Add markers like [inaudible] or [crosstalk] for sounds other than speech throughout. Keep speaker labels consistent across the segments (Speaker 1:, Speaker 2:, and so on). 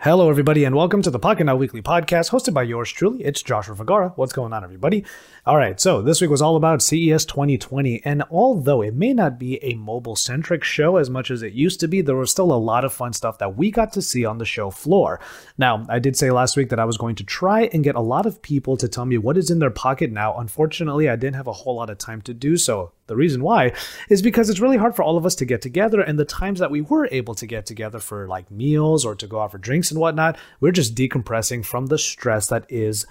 Speaker 1: Hello, everybody, and welcome to the Pocket Now Weekly podcast hosted by yours truly. It's Joshua Fagara. What's going on, everybody? All right, so this week was all about E CES 2020, and although it may not be a mobile centric show as much as it used to be, there was still a lot of fun stuff that we got to see on the show floor. Now, I did say last week that I was going to try and get a lot of people to tell me what is in their pocket now. Unfortunately, I didn't have a whole lot of time to do so. The reason why is because it's really hard for all of us to get together, and the times that we were able to get together for like meals or to go out for drinks and whatnot, we're just decompressing from the stress that is E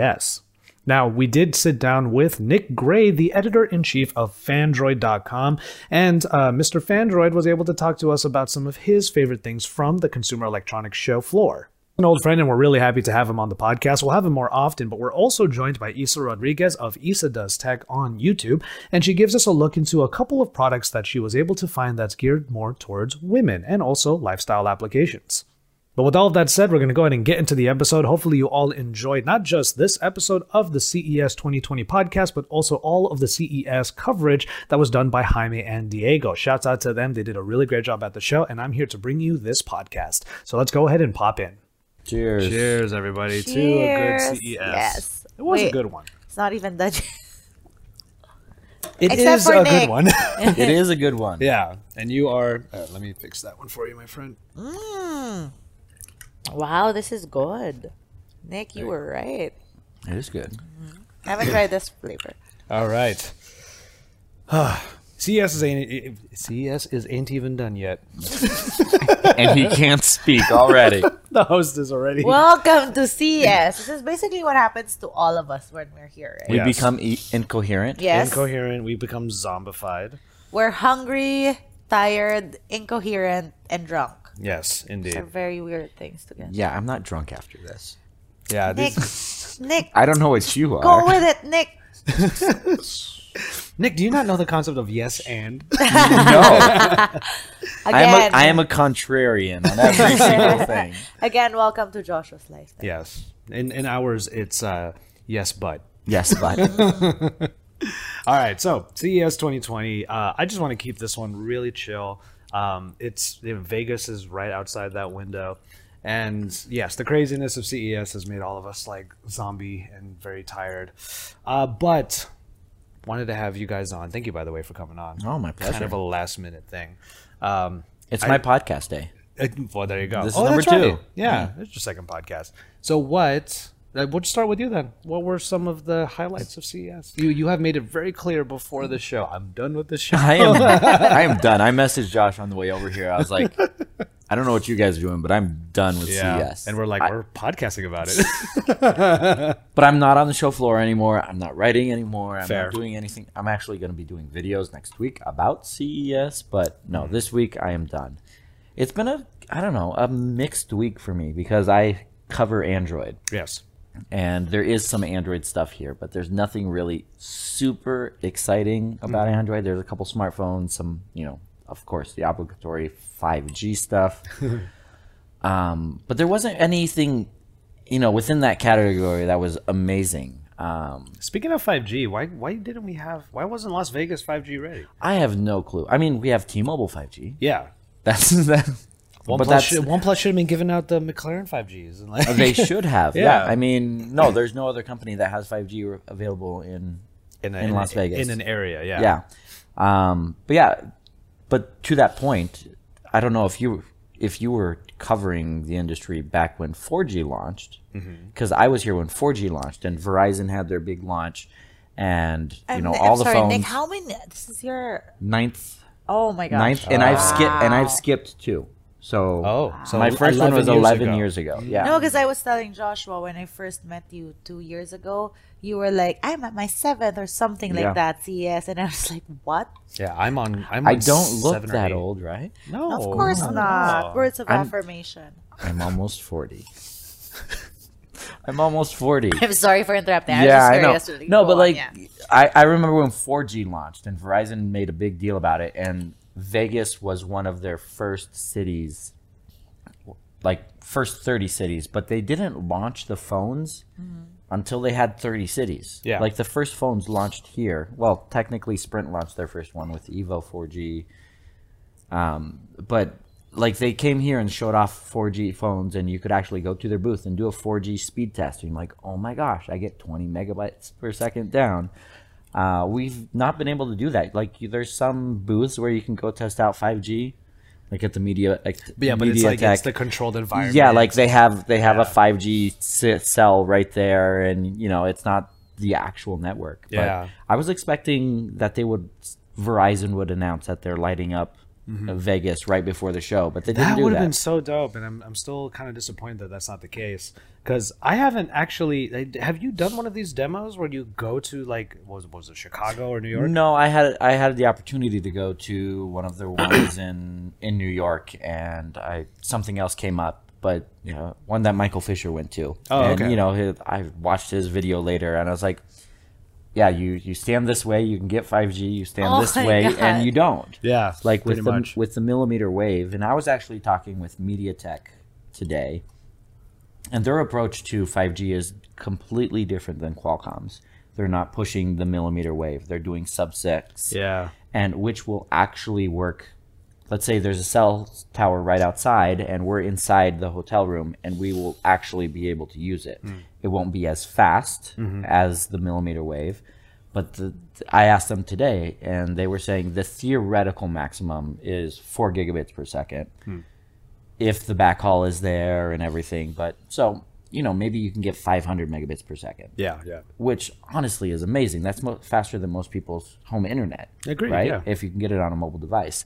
Speaker 1: CES. Now, we did sit down with Nick Gray, the editor in chief of Fandroid.com, and uh, Mr. Fandroid was able to talk to us about some of his favorite things from the Consumer Electronics Show floor an old friend, and we're really happy to have him on the podcast. We'll have him more often, but we're also joined by Isa Rodriguez of Isa Does Tech on YouTube, and she gives us a look into a couple of products that she was able to find that's geared more towards women and also lifestyle applications. But with all of that said, we're going to go ahead and get into the episode. Hopefully, you all enjoyed not just this episode of the E CES 2020 podcast, but also all of the CES coverage that was done by Jaime and Diego. Shouts out to them. They did a really great job at the show, and I'm here to bring you this podcast. So let's go ahead and pop in.
Speaker 2: Cheers.
Speaker 3: Cheers, everybody, to a good
Speaker 4: Cheers.
Speaker 3: CES.
Speaker 1: E
Speaker 4: Yes.
Speaker 1: It was a
Speaker 4: Wait,
Speaker 1: good one.
Speaker 4: It's not even [laughs] that.
Speaker 1: It is
Speaker 4: Except for
Speaker 1: a good
Speaker 4: Nick.
Speaker 1: one. [laughs]
Speaker 2: It is a good one.
Speaker 1: yeah, and you are. Uh, let me fix that one for you, my friend.
Speaker 4: wow, this is good. Nick, you were
Speaker 2: [laughs]
Speaker 4: right.
Speaker 2: It is good.
Speaker 4: I haven't tried
Speaker 2: [laughs]
Speaker 4: this flavor.
Speaker 1: All right. [sighs] CS is ain't CS E is ain't even done yet.
Speaker 2: and he can't speak [laughs] already.
Speaker 1: [laughs] The host is already.
Speaker 4: Welcome to CS. This is basically what happens to all of us when we're here. Right?
Speaker 2: We
Speaker 1: Yes.
Speaker 2: become e- incoherent.
Speaker 4: Yes.
Speaker 1: Incoherent, we become zombified.
Speaker 4: We're hungry, tired, incoherent, and drunk.
Speaker 1: Yes,
Speaker 4: They're
Speaker 1: indeed.
Speaker 4: very weird things together.
Speaker 2: Yeah, I'm not drunk after this.
Speaker 1: Yeah,
Speaker 4: Nick,
Speaker 1: these-
Speaker 4: [laughs] Nick,
Speaker 2: I don't know what you are.
Speaker 4: go with it, Nick.
Speaker 1: Nick, do you not know the concept of yes and?
Speaker 2: [laughs] no, I
Speaker 4: Again,
Speaker 2: am, a, I am a contrarian on [laughs] every single thing.
Speaker 4: again, welcome to Joshua's life.
Speaker 1: [laughs] yes. In in ours, it's uh, yes but.
Speaker 2: Yes, but
Speaker 1: All right, so E CES 2020. Uh, I just want to keep this one really chill. Um, it's you know, Vegas is right outside that window, and yes, the craziness of CES has made all of us like zombie and very tired. Uh, but wanted to have you guys on. Thank you, by the way, for coming on.
Speaker 2: Oh, my
Speaker 1: Kind of
Speaker 2: pleasure.
Speaker 1: a last minute thing. Um,
Speaker 2: it's
Speaker 1: I-
Speaker 2: my podcast day.
Speaker 1: uh, Well, there you go.
Speaker 2: This is number
Speaker 1: that's right.
Speaker 2: two.
Speaker 1: Yeah, it's your second podcast. So what? uh, We'll just start with you then. What were some of the highlights of E CES? You you have made it very clear before the show. I'm done with the [laughs]
Speaker 2: [laughs]
Speaker 1: show.
Speaker 2: I am. I am done. I messaged Josh on the way over here. I was like, I don't know what you guys are doing, but I'm done with CS.
Speaker 1: and we're like we're podcasting about [laughs] it.
Speaker 2: but I'm not on the show floor anymore. I'm not writing anymore. I'm
Speaker 1: Fair.
Speaker 2: not doing anything. I'm actually going to be doing videos next week about CES, but no, this week I am done. It's been a I don't know, a mixed week for me because I cover Android
Speaker 1: yes.
Speaker 2: and there is some Android stuff here, but there's nothing really super exciting about Android. There's a couple smartphones, some you know, of course, the obligatory 5G stuff. um, but there wasn't anything, you know, within that category that was amazing. Um,
Speaker 1: Speaking of 5G, why why didn't we have? Why wasn't Las Vegas 5G ready?
Speaker 2: I have no clue. I mean, we have T-Mobile 5G.
Speaker 1: Yeah.
Speaker 2: [laughs] That's that.
Speaker 1: OnePlus
Speaker 2: but that's,
Speaker 1: should, OnePlus should have been giving out the McLaren 5Gs. And like, [laughs]
Speaker 2: they should have. yeah.
Speaker 1: Yeah.
Speaker 2: I mean, no, there's no other company that has 5G re- available in
Speaker 1: a-
Speaker 2: in Las Vegas.
Speaker 1: in an area. Yeah.
Speaker 2: yeah. Um, but yeah, but to that point, I don't know if you if you were covering the industry back when 4G launched,
Speaker 1: Mm-hmm.
Speaker 2: because I was here when 4G launched and Verizon had their big launch, and you
Speaker 4: I'm-
Speaker 2: know
Speaker 4: I'm
Speaker 2: all the
Speaker 4: sorry,
Speaker 2: phones
Speaker 4: Nick, how many? This is your.
Speaker 2: ninth
Speaker 4: Oh my gosh.
Speaker 2: ninth, and I've skipped and I've skipped two. So
Speaker 1: Oh, so
Speaker 2: my first one was
Speaker 1: 11 years
Speaker 2: 11
Speaker 1: ago.
Speaker 2: years ago. Yeah.
Speaker 4: No, because I was telling Joshua when I first met you two years ago, you were like, I'm at my seventh or something
Speaker 2: Yeah.
Speaker 4: like that, CES. And I was like, what?
Speaker 1: Yeah. I'm on. I'm.
Speaker 2: I
Speaker 1: on
Speaker 2: don't look
Speaker 1: seven or
Speaker 2: that
Speaker 1: eight.
Speaker 2: old,
Speaker 1: [laughs]
Speaker 2: right?
Speaker 1: No.
Speaker 2: Oh.
Speaker 4: of course
Speaker 1: no,
Speaker 4: not.
Speaker 1: no.
Speaker 4: Words of
Speaker 2: I'm-
Speaker 4: affirmation.
Speaker 2: I'm almost 40. [laughs] I'm almost 40.
Speaker 4: I'm sorry for interrupting.
Speaker 2: yeah,
Speaker 4: I
Speaker 2: I know.
Speaker 4: was just curious.
Speaker 2: No, but like,
Speaker 4: yeah.
Speaker 2: I, I remember when 4G launched and Verizon made a big deal about it, and Vegas was one of their first cities, like first 30 cities, but they didn't launch the phones until they had 30 cities.
Speaker 1: Yeah.
Speaker 2: Like the first phones launched here. Well, technically, Sprint launched their first one with Evo 4G. Um, but like they came here and showed off 4G phones, and you could actually go to their booth and do a 4G speed test. And I'm like, oh my gosh, I get 20 megabytes per second down. Uh, we've not been able to do that. Like, you- there's some booths where you can go test out 5G, like at the media. Like,
Speaker 1: But yeah, but it's like it's
Speaker 2: MediaTek.
Speaker 1: the controlled environment.
Speaker 2: Yeah, like they have they have a 5G c- cell right there, and you know it's not the actual network.
Speaker 1: Yeah.
Speaker 2: But I was expecting that they would Verizon would announce that they're lighting up uh Vegas right before the show, but they
Speaker 1: Mm-hmm. that
Speaker 2: didn't do
Speaker 1: would have
Speaker 2: that.
Speaker 1: been so dope, and I'm I'm still kind of disappointed that that's not the case because I haven't actually. I- Have you done one of these demos where you go to like what was what was it Chicago or New York?
Speaker 2: no, I had I had the opportunity to go to one of their ones in in New York, and I something else came up. But you know, one that Michael Fisher went to,
Speaker 1: Oh,
Speaker 2: and
Speaker 1: okay.
Speaker 2: you know, he- I watched his video later, and I was like, "Yeah, you you stand this way, you can get 5G. You stand
Speaker 4: Oh
Speaker 2: this
Speaker 4: my
Speaker 2: way,
Speaker 4: God.
Speaker 2: and you don't."
Speaker 1: Yeah,
Speaker 2: like with
Speaker 1: pretty
Speaker 2: the,
Speaker 1: much.
Speaker 2: with the millimeter wave. And I was actually talking with MediaTek today, and their approach to 5G is completely different than Qualcomm's. They're not pushing the millimeter wave; they're doing sub-6,
Speaker 1: Yeah,
Speaker 2: and which will actually work. Let's say there's a cell tower right outside, and we're inside the hotel room, and we will actually be able to use it. It won't be as fast as the millimeter wave, but the, I asked them today, and they were saying the theoretical maximum is four gigabits per second if the backhaul is there and everything. But so you know, maybe you can get 500 megabits per second
Speaker 1: yeah, yeah.
Speaker 2: which honestly is amazing. That's mo- faster than most people's home internet.
Speaker 1: Agreed,
Speaker 2: Right?
Speaker 1: yeah.
Speaker 2: If you can get it on a mobile device.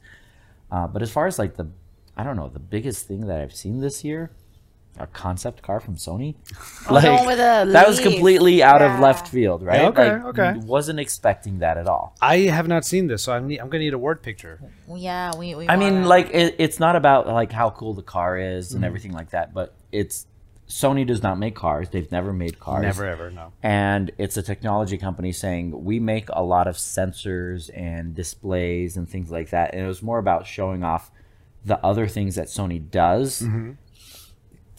Speaker 2: Uh, but as far as like the, I don't know, the biggest thing that I've seen this year, a concept car from
Speaker 4: [laughs]
Speaker 2: Sony. like
Speaker 4: no, with a
Speaker 2: that was
Speaker 4: leaf.
Speaker 2: completely out of
Speaker 4: Yeah.
Speaker 2: left field, right?
Speaker 1: Yeah, okay,
Speaker 2: Like,
Speaker 1: okay.
Speaker 2: Wasn't expecting that at all.
Speaker 1: I have not seen this, so I'm ne- I'm gonna need a word picture.
Speaker 4: Yeah, we. we
Speaker 2: I mean,
Speaker 4: wanna-
Speaker 2: like it, it's not about like how cool the car is
Speaker 1: Mm-hmm.
Speaker 2: and everything like that, but it's Sony does not make cars. They've never made cars.
Speaker 1: Never ever no.
Speaker 2: and it's a technology company saying we make a lot of sensors and displays and things like that and it was more about showing off the other things that sony does
Speaker 1: Mm-hmm.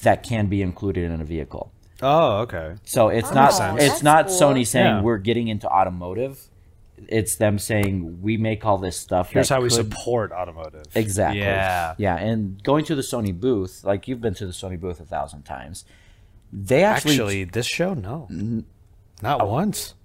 Speaker 2: that can be included in a vehicle
Speaker 1: Oh, okay.
Speaker 2: so it's
Speaker 4: Oh,
Speaker 2: not
Speaker 4: that's
Speaker 2: it's not
Speaker 4: cool.
Speaker 2: sony saying
Speaker 1: Yeah.
Speaker 2: we're getting into automotive it's them saying we make all this stuff
Speaker 1: Here's
Speaker 2: that
Speaker 1: how we
Speaker 2: could
Speaker 1: support automotive.
Speaker 2: Exactly.
Speaker 1: Yeah.
Speaker 2: Yeah. And going to the Sony booth, like you've been to the Sony booth a thousand times, they actually,
Speaker 1: Actually, this show no, not once.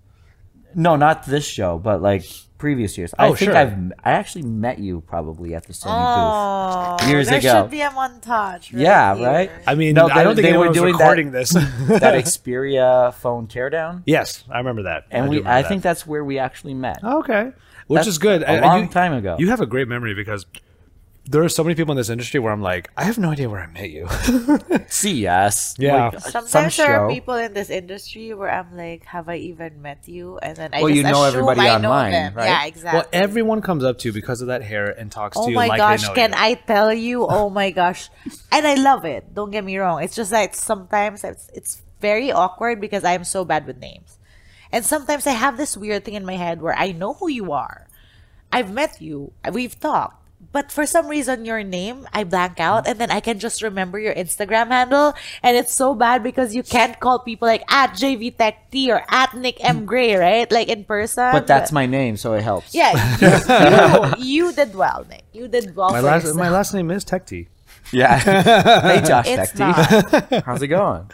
Speaker 2: no, not this show, but like previous years. I
Speaker 1: Oh,
Speaker 2: think
Speaker 1: sure.
Speaker 2: I've I actually met you probably at the Sony
Speaker 4: oh,
Speaker 2: years
Speaker 4: there
Speaker 2: ago.
Speaker 4: should be a montage. Right
Speaker 2: Yeah,
Speaker 4: here.
Speaker 2: right?
Speaker 1: I mean,
Speaker 2: No,
Speaker 1: I don't
Speaker 2: they-
Speaker 1: think
Speaker 2: they
Speaker 1: anyone
Speaker 2: were
Speaker 1: was
Speaker 2: doing that-
Speaker 1: recording this. [laughs]
Speaker 2: booth. [laughs] that Xperia phone teardown.
Speaker 1: yes, I remember that.
Speaker 2: And
Speaker 1: do
Speaker 2: we
Speaker 1: remember
Speaker 2: I
Speaker 1: that.
Speaker 2: think that's where we actually met.
Speaker 1: Okay, which
Speaker 2: That's
Speaker 1: is good.
Speaker 2: a
Speaker 1: And- and
Speaker 2: long
Speaker 1: you-
Speaker 2: time ago.
Speaker 1: You have a great memory because there are so many people in this industry where I'm like, I have no idea where I met you. [laughs]
Speaker 2: CS.
Speaker 1: Yeah.
Speaker 2: Like,
Speaker 4: Sometimes
Speaker 2: some
Speaker 4: there are
Speaker 2: show.
Speaker 4: people in this industry where I'm like, have I even met you? And then I
Speaker 2: Well,
Speaker 4: just
Speaker 2: you know
Speaker 4: assume
Speaker 2: everybody
Speaker 4: I
Speaker 2: online,
Speaker 4: know them.
Speaker 2: right?
Speaker 4: Yeah,
Speaker 2: Well,
Speaker 4: exactly.
Speaker 1: Well, everyone comes up to you because of that hair and talks
Speaker 4: Oh
Speaker 1: to you
Speaker 4: my
Speaker 1: like
Speaker 4: gosh,
Speaker 1: they know
Speaker 4: can
Speaker 1: you.
Speaker 4: I tell you? Oh my gosh. And I love it. Don't get me wrong. It's just that sometimes it's, it's very awkward because I'm so bad with names. And sometimes I have this weird thing in my head where I know who you are. I've met you. We've talked. But for some reason, your name, I blank out and then I can just remember your Instagram handle. And it's so bad because you can't call people like at JV Tech T or at Nick M. Gray, right? Like in person.
Speaker 2: But that's my name, so it
Speaker 4: [laughs]
Speaker 2: helps.
Speaker 4: Yeah, you, you, you did well, Nick. You did well.
Speaker 1: My
Speaker 4: for
Speaker 1: last,
Speaker 4: yourself.
Speaker 1: my last name is Tekti.
Speaker 2: Yeah. hey Josh
Speaker 4: It's
Speaker 2: Tecti. How's it going?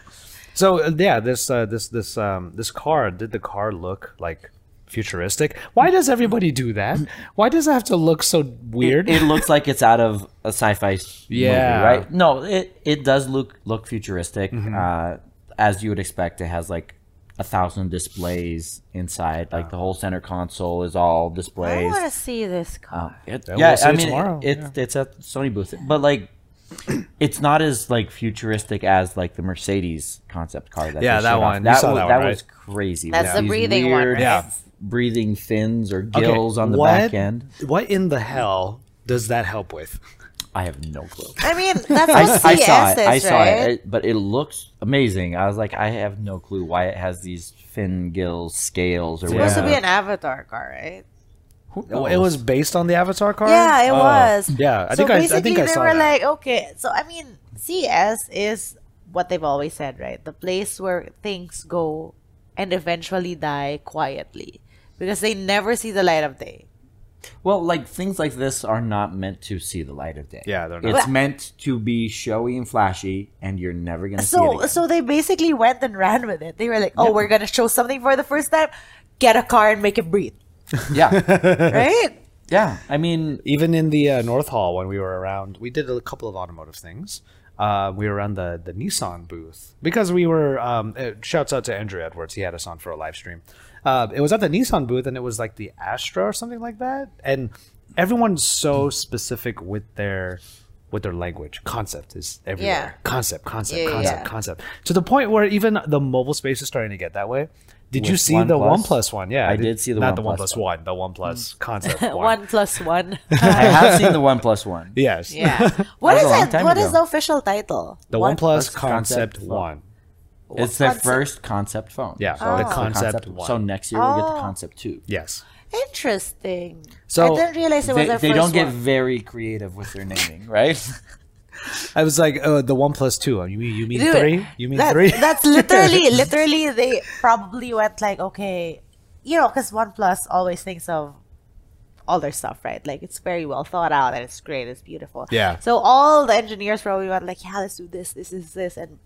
Speaker 1: So uh, yeah, this uh, this this um, this car. Did the car look like futuristic? Why does everybody do that? Why does it have to look so weird?
Speaker 2: It looks like it's out of a sci-fi s-
Speaker 1: Yeah. Mm-hmm.
Speaker 2: movie, right? No, it it does look look futuristic, uh, as you would expect. It has like a thousand displays inside. Like the whole center console is all
Speaker 4: I
Speaker 2: displays. Uh,
Speaker 4: want to see this car.
Speaker 2: It-
Speaker 1: Yeah,
Speaker 2: yeah,
Speaker 1: we'll see
Speaker 2: I
Speaker 1: it
Speaker 2: mean,
Speaker 1: tomorrow,
Speaker 2: it- it's it's at Sony booth, but like. [clears throat] It's not as like futuristic as like the Mercedes concept car. That
Speaker 1: Yeah,
Speaker 2: they
Speaker 1: that
Speaker 2: showed off.
Speaker 1: one. You saw
Speaker 2: wa-
Speaker 1: that one, right?
Speaker 2: was crazy.
Speaker 4: That's
Speaker 2: with
Speaker 4: the
Speaker 2: these
Speaker 4: breathing one,
Speaker 2: weird
Speaker 4: right?
Speaker 1: Yeah.
Speaker 2: breathing fins or
Speaker 1: Okay,
Speaker 2: gills on the
Speaker 1: what-
Speaker 2: back end.
Speaker 1: What in the hell does that help with?
Speaker 2: I have no clue.
Speaker 4: I mean, that's
Speaker 2: Oh. I,
Speaker 4: what
Speaker 2: I
Speaker 4: CES
Speaker 2: saw it.
Speaker 4: is,
Speaker 2: I saw
Speaker 4: right?
Speaker 2: it. it, but it looks amazing. I was like, I have no clue why it has these fin gills, scales, or
Speaker 1: Yeah.
Speaker 4: Supposed
Speaker 2: whatever.
Speaker 4: to be an Avatar car, right?
Speaker 2: Who
Speaker 1: Oh,
Speaker 2: knows?
Speaker 1: it was based on the Avatar car.
Speaker 4: Yeah, it
Speaker 1: Oh,
Speaker 4: was.
Speaker 1: Yeah, I
Speaker 4: so
Speaker 1: think I,
Speaker 4: basically,
Speaker 1: I think I
Speaker 4: they
Speaker 1: saw
Speaker 4: were
Speaker 1: that.
Speaker 4: like, okay. So I mean, CES is what they've always said, right? The place where things go and eventually die quietly because they never see the light of day.
Speaker 2: Well, like things like this are not meant to see the light of day.
Speaker 1: Yeah, they're not.
Speaker 2: It's meant to be showy and flashy, and you're never gonna see it.
Speaker 4: So
Speaker 2: again.
Speaker 4: so they basically went and ran with it. They were like, "Oh, we're gonna show something for the first time. Get a car and make
Speaker 2: [laughs]
Speaker 4: it breathe." [laughs]
Speaker 2: yeah,
Speaker 4: Right?
Speaker 2: yeah. I mean,
Speaker 1: Even in the uh, North Hall when we were around, we did a couple of automotive things. Uh, we were around the, the Nissan booth because we were. Um, uh, shouts out to Andrew Edwards. He had us on for a live stream. Uh, it was at the Nissan booth and it was like the Astra or something like that. And everyone's so specific with their with their language. Concept is everywhere.
Speaker 4: Yeah.
Speaker 1: Concept, concept,
Speaker 4: Yeah, yeah,
Speaker 1: concept,
Speaker 4: yeah.
Speaker 1: concept. To the point where even the mobile space is starting to get that way. Did you
Speaker 2: With
Speaker 1: see the
Speaker 2: OnePlus?
Speaker 1: One Plus one? Yeah,
Speaker 2: I did see the
Speaker 1: not the One
Speaker 2: OnePlus
Speaker 1: Plus one, the One Plus
Speaker 4: [laughs]
Speaker 1: concept one.
Speaker 4: Mm. One plus one.
Speaker 2: I have seen the One Plus One.
Speaker 1: Yes.
Speaker 4: [laughs] yeah.
Speaker 2: That
Speaker 4: What
Speaker 2: was
Speaker 4: is
Speaker 2: a long
Speaker 4: that? What is
Speaker 2: time ago.
Speaker 4: the official title?
Speaker 1: The
Speaker 4: One-
Speaker 1: OnePlus
Speaker 2: Plus
Speaker 1: Concept,
Speaker 2: Concept
Speaker 1: One.
Speaker 2: It's their
Speaker 4: Concept-
Speaker 2: first concept phone.
Speaker 1: Yeah,
Speaker 2: so
Speaker 1: the
Speaker 2: it's the
Speaker 1: concept one.
Speaker 2: So next year we'll get
Speaker 4: Oh.
Speaker 2: the concept two.
Speaker 1: Yes.
Speaker 4: Interesting.
Speaker 1: So
Speaker 4: I didn't realize it was
Speaker 2: They,
Speaker 4: their
Speaker 2: they
Speaker 4: first
Speaker 2: don't get
Speaker 4: one.
Speaker 2: very creative with their naming,
Speaker 4: [laughs]
Speaker 2: right?
Speaker 1: I was like, uh, the OnePlus Two. You mean you mean
Speaker 4: Dude,
Speaker 1: three? You mean
Speaker 4: that-
Speaker 1: three? [laughs]
Speaker 4: [laughs] That's literally, literally, they probably went like, okay, you know, because OnePlus always thinks of all their stuff, right? Like it's very well thought out and it's great, it's beautiful.
Speaker 1: Yeah.
Speaker 4: So all the engineers probably went like, yeah, let's do this, this is this, and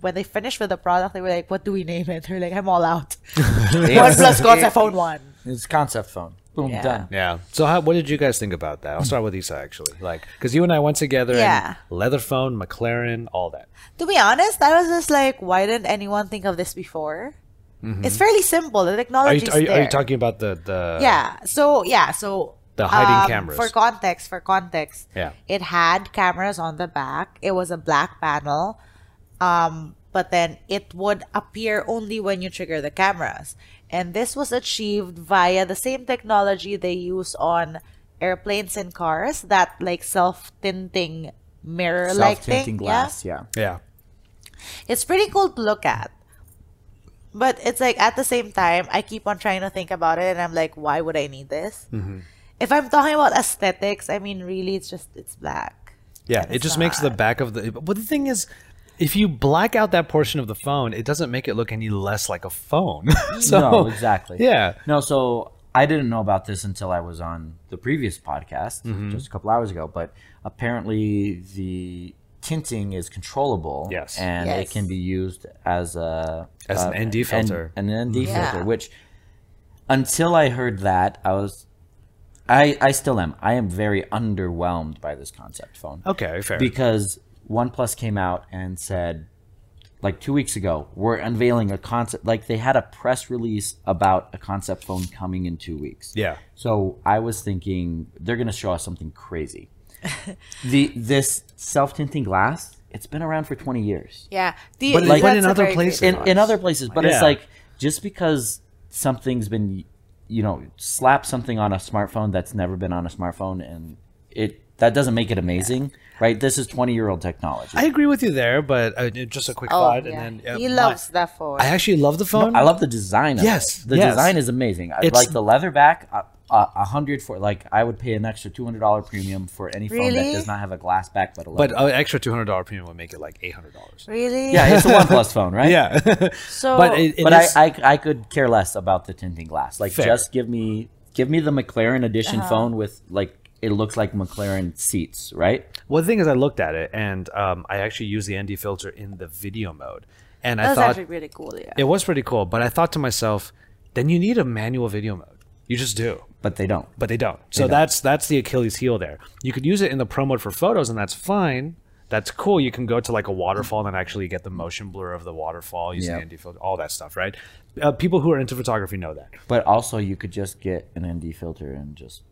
Speaker 4: when they finished with the product, they were like, what do we name it? [laughs] They're like, I'm all out. OnePlus
Speaker 1: [laughs]
Speaker 4: concept phone one.
Speaker 2: It's concept phone. Boom,
Speaker 4: Yeah.
Speaker 2: done.
Speaker 1: yeah. So, how, what did you guys think about that? I'll start with Isa actually, like, because you and I went together. And
Speaker 4: Yeah.
Speaker 1: leather phone, McLaren, all that.
Speaker 4: To be honest, I was just like, why didn't anyone think of this before? It's fairly simple. The
Speaker 1: Mm-hmm. Are
Speaker 4: technology
Speaker 1: you, are, you, are
Speaker 4: Oh, there.
Speaker 1: you talking about the the?
Speaker 4: yeah so yeah so um,
Speaker 1: The hiding cameras.
Speaker 4: for context for context
Speaker 1: Yeah.
Speaker 4: it had cameras on the back it was a black panel um but then it would appear only when you trigger the cameras and this was achieved via the same technology they use on airplanes and cars that like self-tinting mirror like
Speaker 2: Self-tinting
Speaker 4: thing
Speaker 2: glass. Yeah.
Speaker 1: Yeah.
Speaker 4: it's pretty cool to look at. But it's like at the same time, I keep on trying to think about it and I'm like, why would I need this?
Speaker 1: Mm-hmm.
Speaker 4: If I'm talking about aesthetics, I mean, really, it's just, it's black.
Speaker 1: Yeah, it just makes the back of the. But the thing is, if you black out that portion of the phone, it doesn't make it look any less like a phone. [laughs] so,
Speaker 2: no, exactly.
Speaker 1: Yeah.
Speaker 2: No, so I didn't know about this until I was on the previous podcast
Speaker 1: Mm-hmm.
Speaker 2: just a couple hours ago. But apparently, the tinting is controllable.
Speaker 1: Yes.
Speaker 2: And
Speaker 4: Yes.
Speaker 2: it can be used as a
Speaker 1: As an
Speaker 2: uh,
Speaker 1: ND filter.
Speaker 2: An, an ND
Speaker 4: Yeah.
Speaker 2: filter, which until I heard that, I was. I, I still am. I am very underwhelmed by this concept phone
Speaker 1: Okay. Fair.
Speaker 2: because OnePlus came out and said, like two weeks ago, we're unveiling a concept. Like they had a press release about a concept phone coming in two weeks.
Speaker 1: yeah.
Speaker 2: So I was thinking they're going to show us something crazy. [laughs] the this self tinting glass, it's been around for twenty years
Speaker 4: Yeah. The,
Speaker 1: But
Speaker 2: like-
Speaker 1: in other places-
Speaker 2: in, in
Speaker 1: Nice.
Speaker 2: other places, but
Speaker 1: Yeah.
Speaker 2: it's like just because something's been, you know, slap something on a smartphone that's never been on a smartphone, and it that doesn't make it amazing, right? This is twenty year old technology.
Speaker 1: I agree with you there, but uh, just a quick
Speaker 4: Oh,
Speaker 1: thought,
Speaker 4: yeah.
Speaker 1: and then uh,
Speaker 4: he
Speaker 1: my-
Speaker 4: loves that phone.
Speaker 1: I actually love the phone.
Speaker 2: I love the design.
Speaker 1: Oh,
Speaker 2: Of
Speaker 1: Yes,
Speaker 2: it. the
Speaker 1: yes.
Speaker 2: design is amazing. I
Speaker 1: It's-
Speaker 2: like the leather back. A uh, hundred for like I would pay an extra two hundred dollar premium for any phone
Speaker 4: Really?
Speaker 2: that does not have a glass back, but a leather.
Speaker 1: But uh, an extra two hundred dollar premium would make it like eight hundred dollars.
Speaker 4: really?
Speaker 1: [laughs]
Speaker 2: yeah, it's a OnePlus phone, right?
Speaker 1: Yeah, [laughs]
Speaker 4: So,
Speaker 1: but it,
Speaker 2: but I, I I could care less about the tinting glass. Like
Speaker 1: Fair.
Speaker 2: just give me give me the McLaren edition phone with like it looks like McLaren seats, right?
Speaker 1: well, the thing is, I looked at it and um, I actually used the ND filter in the video mode, and I
Speaker 4: that's
Speaker 1: thought
Speaker 4: actually really cool. Yeah.
Speaker 1: it was pretty cool. But I thought to myself, then you need a manual video mode. You just do.
Speaker 2: But they don't.
Speaker 1: but they don't. So that's that's the Achilles heel there. You could use it in the pro mode for photos, and that's fine. That's cool. You can go to like a waterfall and actually get the motion blur of the waterfall using
Speaker 2: Yeah.
Speaker 1: the ND filter, all that stuff, right? Uh, people who are into photography know that.
Speaker 2: But also you could just get an ND filter and just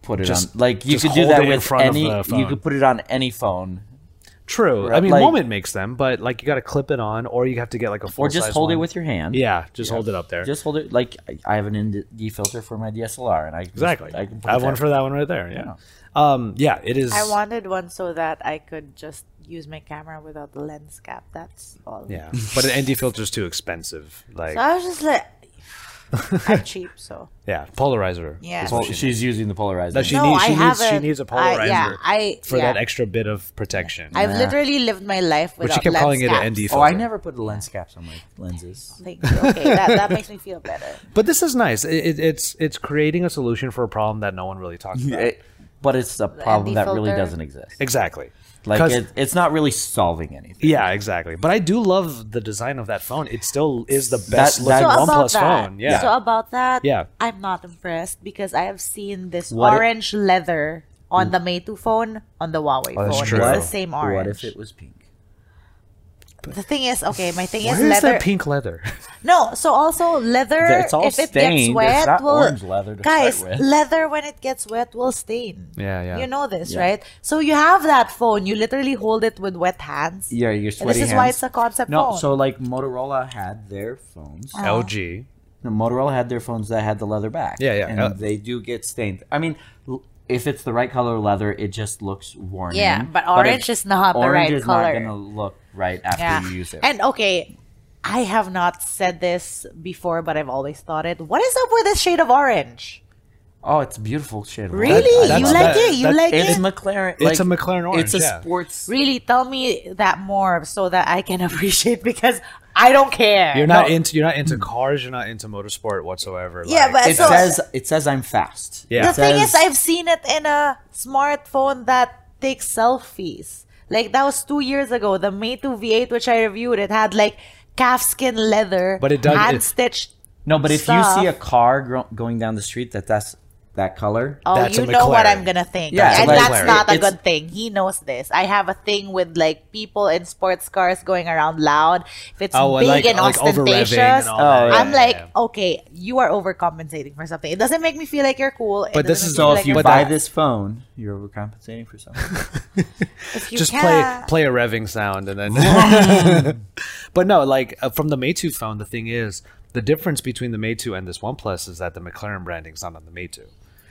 Speaker 2: put it
Speaker 1: Just-
Speaker 2: on like you
Speaker 1: just
Speaker 2: could do
Speaker 1: hold it
Speaker 2: that
Speaker 1: in
Speaker 2: with
Speaker 1: front of
Speaker 2: any
Speaker 1: the phone.
Speaker 2: you could put it on any phone
Speaker 1: True. I
Speaker 2: Right,
Speaker 1: mean,
Speaker 2: like-
Speaker 1: Moment makes them, but like you got to clip it on, or you have to get like a full
Speaker 2: or just hold it with your hand.
Speaker 1: yeah, just hold it up there.
Speaker 2: Just hold it like I- I have an ND filter for my DSLR and I just-
Speaker 1: exactly.
Speaker 2: I
Speaker 1: I,
Speaker 2: can put it
Speaker 1: have one
Speaker 2: there.
Speaker 1: for that one right there. Yeah. Um, yeah, it is.
Speaker 4: I wanted one so that I could just use my camera without the lens cap. That's all.
Speaker 1: yeah, but an ND filter is too expensive. Like,
Speaker 4: So I was just like,
Speaker 1: [laughs]
Speaker 4: I'm cheap, so.
Speaker 1: Yeah, polarizer.
Speaker 4: Yeah.
Speaker 1: is
Speaker 4: Pol-
Speaker 1: what she
Speaker 2: she's using the polarizer.
Speaker 1: That she
Speaker 4: No,
Speaker 1: needs.
Speaker 4: I
Speaker 1: She needs. She
Speaker 4: haven't.
Speaker 1: needs a polarizer
Speaker 4: I- yeah, I-
Speaker 1: for
Speaker 4: yeah.
Speaker 1: that extra bit of protection.
Speaker 4: I've literally lived my life
Speaker 1: but
Speaker 4: without
Speaker 1: she kept calling
Speaker 4: lens
Speaker 1: it
Speaker 4: caps.
Speaker 1: an ND. Filter.
Speaker 2: oh, I never put the lens caps on my lenses.
Speaker 4: Thank you. Okay, that, that makes me
Speaker 2: [laughs]
Speaker 4: feel better.
Speaker 1: But this is nice. It, it, it's it's creating a solution for a problem that no one really talks about.
Speaker 2: It- but it's a problem that really
Speaker 4: filter.
Speaker 2: doesn't exist.
Speaker 1: exactly.
Speaker 2: Like
Speaker 1: 'Cause-
Speaker 2: it, it's not really solving anything.
Speaker 1: yeah, exactly. But I do love the design of that phone. It still is the
Speaker 2: That-
Speaker 1: best
Speaker 2: that-
Speaker 1: looking
Speaker 4: So
Speaker 2: One
Speaker 4: about
Speaker 1: OnePlus
Speaker 4: that,
Speaker 1: phone. Yeah.
Speaker 4: so about that,
Speaker 1: Yeah.
Speaker 4: I'm not impressed because I have seen this
Speaker 2: What Mm. if-
Speaker 4: orange leather on the Meitu phone, on the Huawei
Speaker 1: that's
Speaker 4: phone.
Speaker 1: true.
Speaker 4: It's
Speaker 1: What
Speaker 4: the
Speaker 1: if-
Speaker 4: same orange.
Speaker 2: Oh, What if it was pink?
Speaker 4: The thing is, okay, my thing
Speaker 1: Where
Speaker 4: is
Speaker 1: is
Speaker 4: leather.
Speaker 1: that pink leather?
Speaker 4: No, so also leather.
Speaker 2: It's all
Speaker 4: if it
Speaker 2: stained.
Speaker 4: gets wet,
Speaker 2: It's not
Speaker 4: will
Speaker 2: orange leather to
Speaker 4: guys.
Speaker 2: start with.
Speaker 4: Leather when it gets wet will stain.
Speaker 1: Yeah, yeah.
Speaker 4: You know this,
Speaker 2: Yeah.
Speaker 4: right? So you have that phone. You literally hold it with wet hands.
Speaker 2: Yeah, your
Speaker 4: And this
Speaker 2: sweaty
Speaker 4: is
Speaker 2: hands.
Speaker 4: why it's a concept
Speaker 2: no,
Speaker 4: phone.
Speaker 2: so like Motorola had their phones.
Speaker 4: Uh-huh.
Speaker 1: LG.
Speaker 2: No, Motorola had their phones that had the leather back.
Speaker 1: Yeah, yeah.
Speaker 2: And
Speaker 1: Uh,
Speaker 2: they do get stained. I mean, l- if it's the right color leather, it just looks worn.
Speaker 4: Yeah,
Speaker 2: in.
Speaker 4: but
Speaker 2: if
Speaker 4: orange is not the
Speaker 2: Mm-hmm. orange
Speaker 4: right
Speaker 2: is
Speaker 4: color.
Speaker 2: not gonna look right after
Speaker 4: yeah.
Speaker 2: you use it.
Speaker 4: And okay, I have not said this before, but I've always thought it. What is up with this shade of orange?
Speaker 2: oh, it's a beautiful shade. of
Speaker 4: Really?
Speaker 2: orange.
Speaker 1: that's-
Speaker 4: you like
Speaker 1: that-
Speaker 4: it? You
Speaker 1: that-
Speaker 4: like
Speaker 2: It's
Speaker 4: it?
Speaker 2: McLaren.
Speaker 1: It's a
Speaker 2: like,
Speaker 1: McLaren orange,
Speaker 2: It's a
Speaker 1: yeah.
Speaker 2: sports.
Speaker 4: really, tell me that more so that I can [laughs] appreciate because I don't care.
Speaker 1: You're not
Speaker 4: No.
Speaker 1: into you're not into cars. You're not into motorsport whatsoever.
Speaker 4: Yeah,
Speaker 1: like-
Speaker 4: but
Speaker 2: It
Speaker 4: so-
Speaker 2: says it says I'm fast.
Speaker 1: Yeah.
Speaker 2: It
Speaker 4: The thing is,
Speaker 2: says-
Speaker 4: I've seen it in a smartphone that takes selfies. Like that was two years ago. The Meitu V8, which I reviewed, it had like calfskin leather,
Speaker 1: But it does-
Speaker 4: hand
Speaker 1: it-
Speaker 4: stitched.
Speaker 2: no, but if
Speaker 4: Stuff.
Speaker 2: you see a car gro- going down the street that that's that color,
Speaker 4: Oh,
Speaker 1: That's
Speaker 4: you
Speaker 1: a
Speaker 4: know what
Speaker 1: McLaren.
Speaker 4: I'm gonna think.
Speaker 2: Yeah,
Speaker 4: and
Speaker 2: like-
Speaker 4: that's not a
Speaker 2: It's-
Speaker 4: good thing. He knows this. I have a thing with like people in sports cars going around loud. If it's
Speaker 1: Oh,
Speaker 4: big
Speaker 1: like-
Speaker 4: and
Speaker 1: like over-revving and
Speaker 4: ostentatious,
Speaker 1: all that.
Speaker 2: Oh, yeah,
Speaker 4: I'm
Speaker 1: yeah,
Speaker 4: like,
Speaker 1: yeah.
Speaker 4: okay, you are overcompensating for something. It doesn't make me feel like you're cool. It
Speaker 1: But this
Speaker 4: doesn't
Speaker 1: is
Speaker 4: make me
Speaker 2: so
Speaker 4: feel
Speaker 2: if
Speaker 4: like
Speaker 2: you
Speaker 4: you're
Speaker 1: But
Speaker 2: buy
Speaker 1: that-
Speaker 2: this phone, you're overcompensating
Speaker 1: [laughs]
Speaker 2: for something.
Speaker 4: if you
Speaker 1: just
Speaker 4: can-
Speaker 1: play play a revving sound and then. [laughs] but no, like uh, from the Meitu phone, the thing is the difference between the Meitu and this OnePlus is that the McLaren branding is not on the Meitu.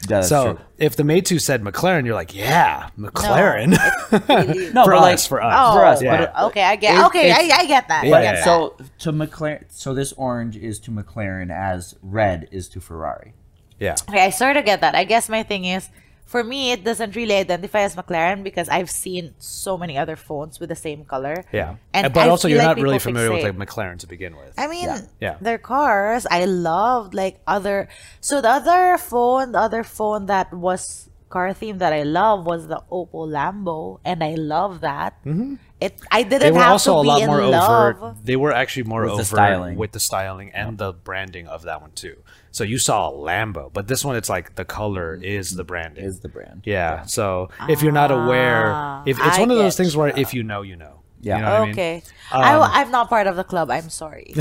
Speaker 2: Yeah, that's
Speaker 1: so
Speaker 2: true.
Speaker 1: if the Meitu said McLaren, you're like, yeah, McLaren.
Speaker 2: No,
Speaker 1: for
Speaker 2: but
Speaker 1: us,
Speaker 2: like-
Speaker 1: for us.
Speaker 4: Oh,
Speaker 2: For us,
Speaker 1: yeah.
Speaker 2: but-
Speaker 4: okay, I get.
Speaker 2: It-
Speaker 4: okay, I,
Speaker 2: it's-
Speaker 4: I get that.
Speaker 1: Yeah,
Speaker 4: I get
Speaker 1: yeah.
Speaker 4: that.
Speaker 2: So to McLaren, so this orange is to McLaren as red is to Ferrari.
Speaker 1: [laughs] yeah.
Speaker 4: okay, I sort of get that. I guess my thing is, for me, it doesn't really identify as McLaren because I've seen so many other phones with the same color.
Speaker 1: Yeah.
Speaker 4: and
Speaker 1: but
Speaker 4: I
Speaker 1: also, you're
Speaker 4: feel like
Speaker 1: not really
Speaker 4: people
Speaker 1: familiar with
Speaker 4: fixate.
Speaker 1: like McLaren to begin with.
Speaker 4: I mean,
Speaker 2: Yeah.
Speaker 1: Yeah.
Speaker 4: their cars. I loved like other. So the other phone, the other phone that was car themed that I love was the Oppo Lambo, and I love that. Mm-hmm. It. I didn't
Speaker 1: they were
Speaker 4: have
Speaker 1: also
Speaker 4: to
Speaker 1: a
Speaker 4: be
Speaker 1: lot
Speaker 4: in
Speaker 1: more
Speaker 4: love.
Speaker 1: overt. They were actually more
Speaker 2: With the
Speaker 1: overt
Speaker 2: styling.
Speaker 1: with the styling and the branding of that one too. So you saw a Lambo, but this one it's like the color
Speaker 4: Mm-hmm.
Speaker 1: is the branding.
Speaker 2: Is the brand?
Speaker 1: yeah. So if you're not aware, if it's
Speaker 4: Ah, I
Speaker 1: one of those
Speaker 4: get
Speaker 1: things where if you know, you know.
Speaker 2: Yeah.
Speaker 1: You know what I mean? um,
Speaker 4: Okay, I, w- I'm not part of the club.
Speaker 1: [laughs]
Speaker 4: I'm sorry.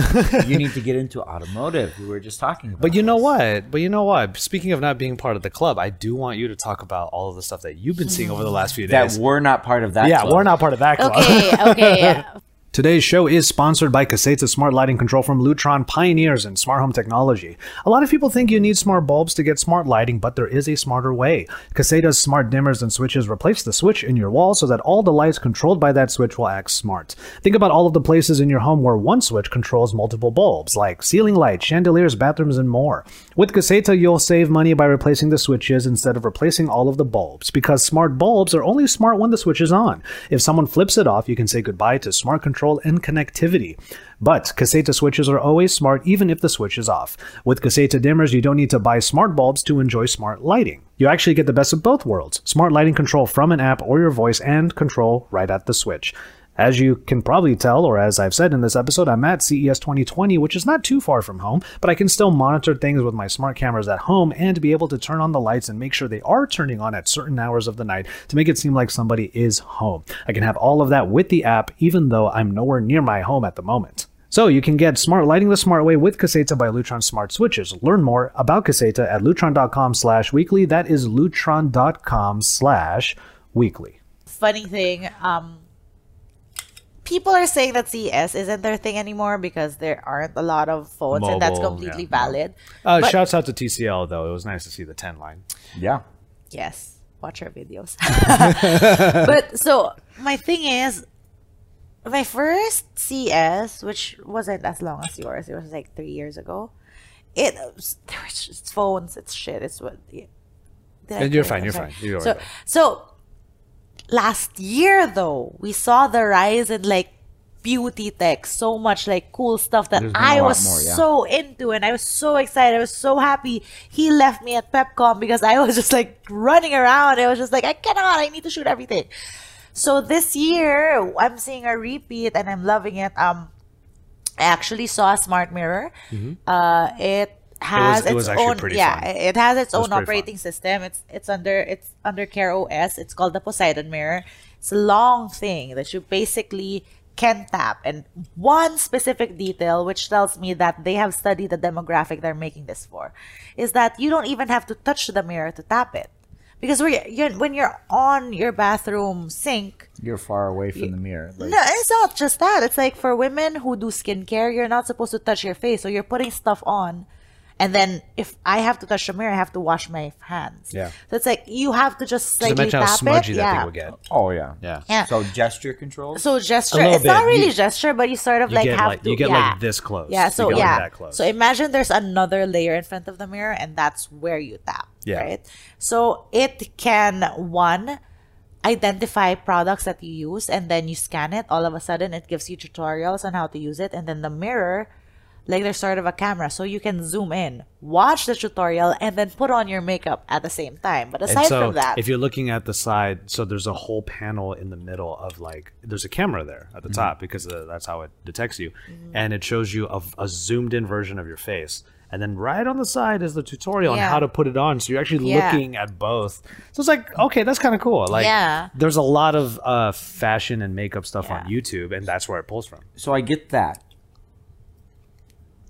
Speaker 2: you need to get into automotive. We were just talking about.
Speaker 1: But you know
Speaker 2: this.
Speaker 1: what? But you know what? Speaking of not being part of the club, I do want you to talk about all of the stuff that you've been seeing
Speaker 4: Mm-hmm.
Speaker 1: over the last few
Speaker 2: That
Speaker 1: days.
Speaker 2: we're not part of that.
Speaker 1: yeah,
Speaker 2: club.
Speaker 1: we're not part of that club.
Speaker 4: Okay,
Speaker 1: [laughs]
Speaker 4: okay.
Speaker 1: Today's show is sponsored by Caseta Smart Lighting Control from Lutron, pioneers in smart home technology. A lot of people think you need smart bulbs to get smart lighting, but there is a smarter way. Caseta's smart dimmers and switches replace the switch in your wall so that all the lights controlled by that switch will act smart. Think about all of the places in your home where one switch controls multiple bulbs, like ceiling lights, chandeliers, bathrooms, and more. With Caseta, you'll save money by replacing the switches instead of replacing all of the bulbs, because smart bulbs are only smart when the switch is on. If someone flips it off, you can say goodbye to smart control and connectivity. But Caseta switches are always smart even if the switch is off. With Caseta dimmers, you don't need to buy smart bulbs to enjoy smart lighting. You actually get the best of both worlds smart lighting control from an app or your voice, and control right at the switch. As you can probably tell, or as I've said in this episode, I'm at E CES 2020, which is not too far from home, but I can still monitor things with my smart cameras at home and be able to turn on the lights and make sure they are turning on at certain hours of the night to make it seem like somebody is home. I can have all of that with the app, even though I'm nowhere near my home at the moment. So you can get smart lighting the smart way with Caseta by Lutron Smart Switches. Learn more about Caseta at lutron.com slash weekly. That is lutron.com slash weekly.
Speaker 4: Funny thing, um, people are saying that CES isn't their thing anymore because there aren't a lot of phones, and that's
Speaker 1: Mobile,
Speaker 4: completely
Speaker 1: yeah.
Speaker 4: valid.
Speaker 1: Uh,
Speaker 4: But-
Speaker 1: shouts out to TCL though. It was nice to see the ten line.
Speaker 2: Yeah.
Speaker 4: Yes, watch
Speaker 3: [laughs]
Speaker 4: our videos. [laughs] but so my thing is, my first CS, which wasn't as long as yours, it was like three years ago. it it's it's phones, it's shit, it's what. Yeah. Did I
Speaker 3: And you're
Speaker 4: tell you?
Speaker 3: fine, you're
Speaker 4: I'm
Speaker 3: fine. You're all
Speaker 4: so,
Speaker 3: right.
Speaker 4: so last year though, we saw the rise in like beauty tech, so much like cool stuff that
Speaker 2: There's been a
Speaker 4: I
Speaker 2: lot
Speaker 4: was
Speaker 2: more, yeah.
Speaker 4: so into, and I was so excited. I was so happy he left me at Pepcom because I was just like running around. I was just like, I cannot. I need to shoot everything. So this year, I'm seeing a repeat, and I'm loving it. Um, I actually saw a smart mirror.
Speaker 2: Mm-hmm.
Speaker 4: Uh, it has
Speaker 3: it was
Speaker 4: its
Speaker 3: actually
Speaker 4: own
Speaker 3: pretty
Speaker 4: yeah,
Speaker 3: fun.
Speaker 4: it it has its
Speaker 3: was
Speaker 4: own
Speaker 3: pretty fun.
Speaker 4: operating system. It's it's under it's under Care OS. It's called the Poseidon mirror. It's a long thing that you basically can tap and one specific detail which tells me that they have studied the demographic they're making this for is that you don't even have to touch the mirror to tap it because we you're, when you're on your bathroom sink
Speaker 2: You're far away from the mirror. Like,
Speaker 4: no, it's not just that. It's like for women who do skincare, you're not supposed to touch your face. So you're putting stuff on. And then if I have to touch the mirror, I have to wash my hands.
Speaker 3: Yeah.
Speaker 4: So it's like you have to just
Speaker 3: Just
Speaker 4: slightly
Speaker 3: imagine how
Speaker 4: tap
Speaker 3: smudgy
Speaker 4: it.
Speaker 3: that
Speaker 4: yeah.
Speaker 3: thing will get.
Speaker 2: Oh yeah.
Speaker 3: Yeah.
Speaker 4: Yeah.
Speaker 2: So gesture control.
Speaker 4: So gesture.
Speaker 1: A little
Speaker 4: It's not
Speaker 1: bit.
Speaker 4: really
Speaker 1: You-
Speaker 4: gesture, but you sort of
Speaker 1: You
Speaker 4: like
Speaker 1: get
Speaker 4: have
Speaker 1: like
Speaker 4: to.
Speaker 1: you get
Speaker 4: yeah.
Speaker 1: like this close.
Speaker 4: Yeah. So
Speaker 1: you get
Speaker 4: yeah.
Speaker 1: like that close.
Speaker 4: So imagine there's another layer in front of the mirror, and that's where you tap.
Speaker 3: Yeah.
Speaker 4: Right. So it can one identify products that you use, and then you scan it. All of a sudden, it gives you tutorials on how to use it, and then the mirror. Like there's sort of a camera, so you can zoom in, watch the tutorial, and then put on your makeup at the same time. But aside
Speaker 1: and so
Speaker 4: from that,
Speaker 1: if you're looking at the side, so there's a whole panel in the middle of like there's a camera there at the top because uh, that's how it detects you,
Speaker 4: Mm-hmm.
Speaker 1: and it shows you a, a zoomed in version of your face. And then right on the side is the tutorial on
Speaker 4: Yeah.
Speaker 1: how to put it on. So you're actually
Speaker 4: Yeah.
Speaker 1: looking at both. So it's like, okay, that's kind of cool. Like,
Speaker 4: Yeah.
Speaker 1: there's a lot of uh, fashion and makeup stuff on
Speaker 4: Yeah.
Speaker 1: YouTube, and that's where it pulls from.
Speaker 2: so I get that.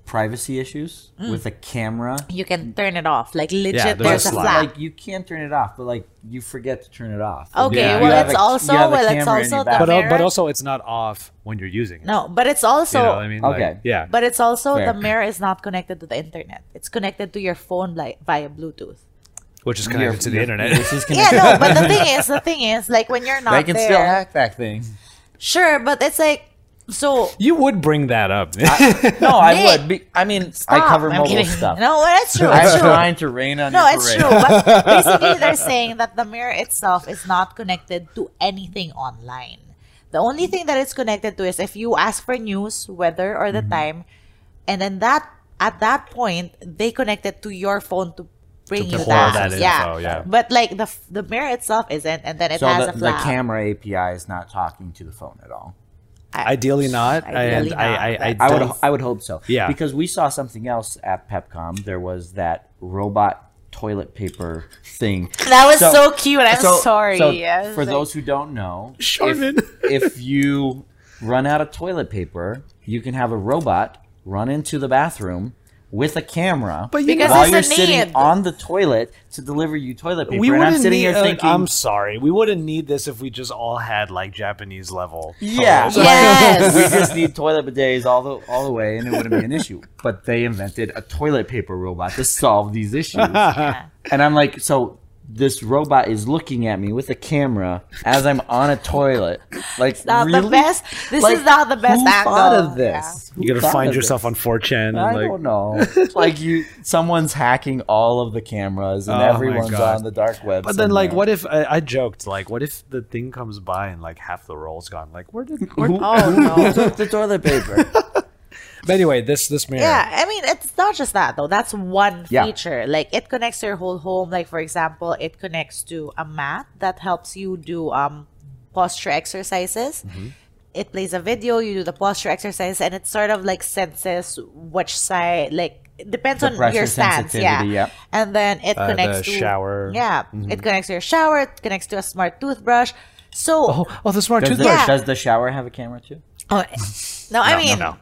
Speaker 2: Privacy issues with a camera.
Speaker 4: you can turn it off. Like legit,
Speaker 1: there's a
Speaker 4: there's, a
Speaker 1: slide.
Speaker 4: flap.
Speaker 2: Like you can turn it off, but like you forget to turn it off.
Speaker 4: Okay,
Speaker 1: Yeah.
Speaker 2: You
Speaker 1: well,
Speaker 2: have
Speaker 4: it's
Speaker 2: a- you
Speaker 4: also-
Speaker 2: have a
Speaker 4: well, it's
Speaker 2: camera in
Speaker 4: also
Speaker 2: your
Speaker 4: the-
Speaker 2: back.
Speaker 1: But, uh,
Speaker 4: Mirror?
Speaker 1: but also, it's not off when you're using it.
Speaker 4: No, but it's also
Speaker 1: You know what I mean? Like,
Speaker 2: Okay.
Speaker 1: yeah.
Speaker 4: but it's also
Speaker 2: Fair.
Speaker 4: the mirror is not connected to the internet. It's connected to your phone li- via Bluetooth.
Speaker 1: Which is
Speaker 2: Your-
Speaker 1: connected to the
Speaker 2: your-
Speaker 1: internet.
Speaker 2: [laughs] This is
Speaker 4: [laughs] Yeah,
Speaker 2: connected.
Speaker 4: no, but the thing is, the thing is, like when you're not
Speaker 2: They can
Speaker 4: there,
Speaker 2: still hack that thing.
Speaker 4: sure, but it's like so.
Speaker 1: you would bring that up.
Speaker 2: [laughs] No, I
Speaker 4: Nick,
Speaker 2: would. Be, I mean, I
Speaker 4: Stop.
Speaker 2: cover
Speaker 4: ah, I'm
Speaker 2: mobile
Speaker 4: kidding.
Speaker 2: stuff.
Speaker 4: No, that's true. That's
Speaker 2: I'm
Speaker 4: true.
Speaker 2: trying to rain on
Speaker 4: No,
Speaker 2: your
Speaker 4: it's
Speaker 2: parade.
Speaker 4: true.
Speaker 1: [laughs]
Speaker 4: But basically, they're saying that the mirror itself is not connected to anything online. The only thing that it's connected to is if you ask for news, weather, or the
Speaker 1: Mm-hmm.
Speaker 4: time, and then that at that point they connect it to your phone to
Speaker 1: To
Speaker 4: bring you
Speaker 1: pull
Speaker 4: that.
Speaker 1: that
Speaker 4: yeah.
Speaker 1: info, yeah.
Speaker 4: But like the f- the mirror itself isn't, and then it
Speaker 2: So
Speaker 4: has
Speaker 2: the,
Speaker 4: a
Speaker 2: the
Speaker 4: flap.
Speaker 2: camera API is not talking to the phone at all.
Speaker 1: [laughs] Ideally not.
Speaker 4: [laughs] Ideally
Speaker 1: and I,
Speaker 4: not,
Speaker 1: I, I,
Speaker 4: but-
Speaker 2: I would [laughs]
Speaker 1: don't-
Speaker 2: I would hope so.
Speaker 1: Yeah.
Speaker 2: Because we saw something else at PepCom. There was that robot toilet paper thing.
Speaker 4: that was so, cute. [laughs] I'm
Speaker 2: so-
Speaker 4: sorry.
Speaker 2: so
Speaker 4: I was
Speaker 2: for
Speaker 4: like-
Speaker 2: those who don't know,
Speaker 1: Charmin.
Speaker 2: if, if you run out of toilet paper, you can have a robot run into the bathroom with a camera
Speaker 1: But you
Speaker 4: Because
Speaker 2: while
Speaker 4: it's a
Speaker 2: you're sitting
Speaker 4: need.
Speaker 2: on the toilet to deliver you toilet paper.
Speaker 1: we
Speaker 2: and I'm
Speaker 1: wouldn't
Speaker 2: sitting
Speaker 1: need.
Speaker 2: here
Speaker 1: uh,
Speaker 2: thinking,
Speaker 1: I'm sorry. We wouldn't need this if we just all had like Japanese level.
Speaker 2: Yeah.
Speaker 1: toilets.
Speaker 2: like,
Speaker 1: [laughs]
Speaker 4: Yes.
Speaker 2: we just need toilet bidets all the all the way, and it wouldn't be an issue. But they invented a toilet paper robot to solve these
Speaker 1: [laughs]
Speaker 2: issues. And I'm like, so this robot is looking at me with a camera as I'm on a toilet. Like,
Speaker 4: not the
Speaker 2: really?
Speaker 4: best. This
Speaker 2: Like,
Speaker 4: is not the best
Speaker 2: who
Speaker 4: angle.
Speaker 2: Thought of
Speaker 4: Yeah.
Speaker 2: this? Who
Speaker 1: You're gonna
Speaker 2: thought
Speaker 1: find
Speaker 2: of
Speaker 1: yourself
Speaker 2: this?
Speaker 1: on 4chan. And,
Speaker 2: I
Speaker 1: like, [laughs]
Speaker 2: don't know. like you, someone's hacking all of the cameras, and
Speaker 1: Oh my
Speaker 2: everyone's
Speaker 1: God.
Speaker 2: on the dark web.
Speaker 1: But then, like,
Speaker 2: somewhere.
Speaker 1: what if I, I joked? Like, what if the thing comes by and like half the roll's gone? Like, where did?
Speaker 4: [laughs]
Speaker 1: Where,
Speaker 4: Oh no.
Speaker 2: Took the
Speaker 1: [laughs]
Speaker 2: toilet paper?
Speaker 1: but anyway, this this mirror.
Speaker 4: Yeah, I mean, it's not just that though. That's one
Speaker 2: Yeah.
Speaker 4: feature. Like it connects to your whole home. Like for example, it connects to a mat that helps you do um posture exercises. It plays a video. You do the posture exercise, and it sort of like senses which side. Like it depends
Speaker 2: The
Speaker 4: on your
Speaker 2: pressure
Speaker 4: stance. Yeah.
Speaker 2: sensitivity, yeah.
Speaker 4: and then it
Speaker 1: Uh,
Speaker 4: connects
Speaker 1: the
Speaker 4: to
Speaker 1: shower.
Speaker 4: Yeah, it connects to your shower. It connects to a smart toothbrush.
Speaker 1: Oh,
Speaker 4: So,
Speaker 1: oh, the smart
Speaker 2: Does the,
Speaker 1: toothbrush.
Speaker 4: Yeah.
Speaker 2: does the shower have a camera too?
Speaker 4: oh, no, I
Speaker 1: No,
Speaker 4: mean,
Speaker 1: no, no.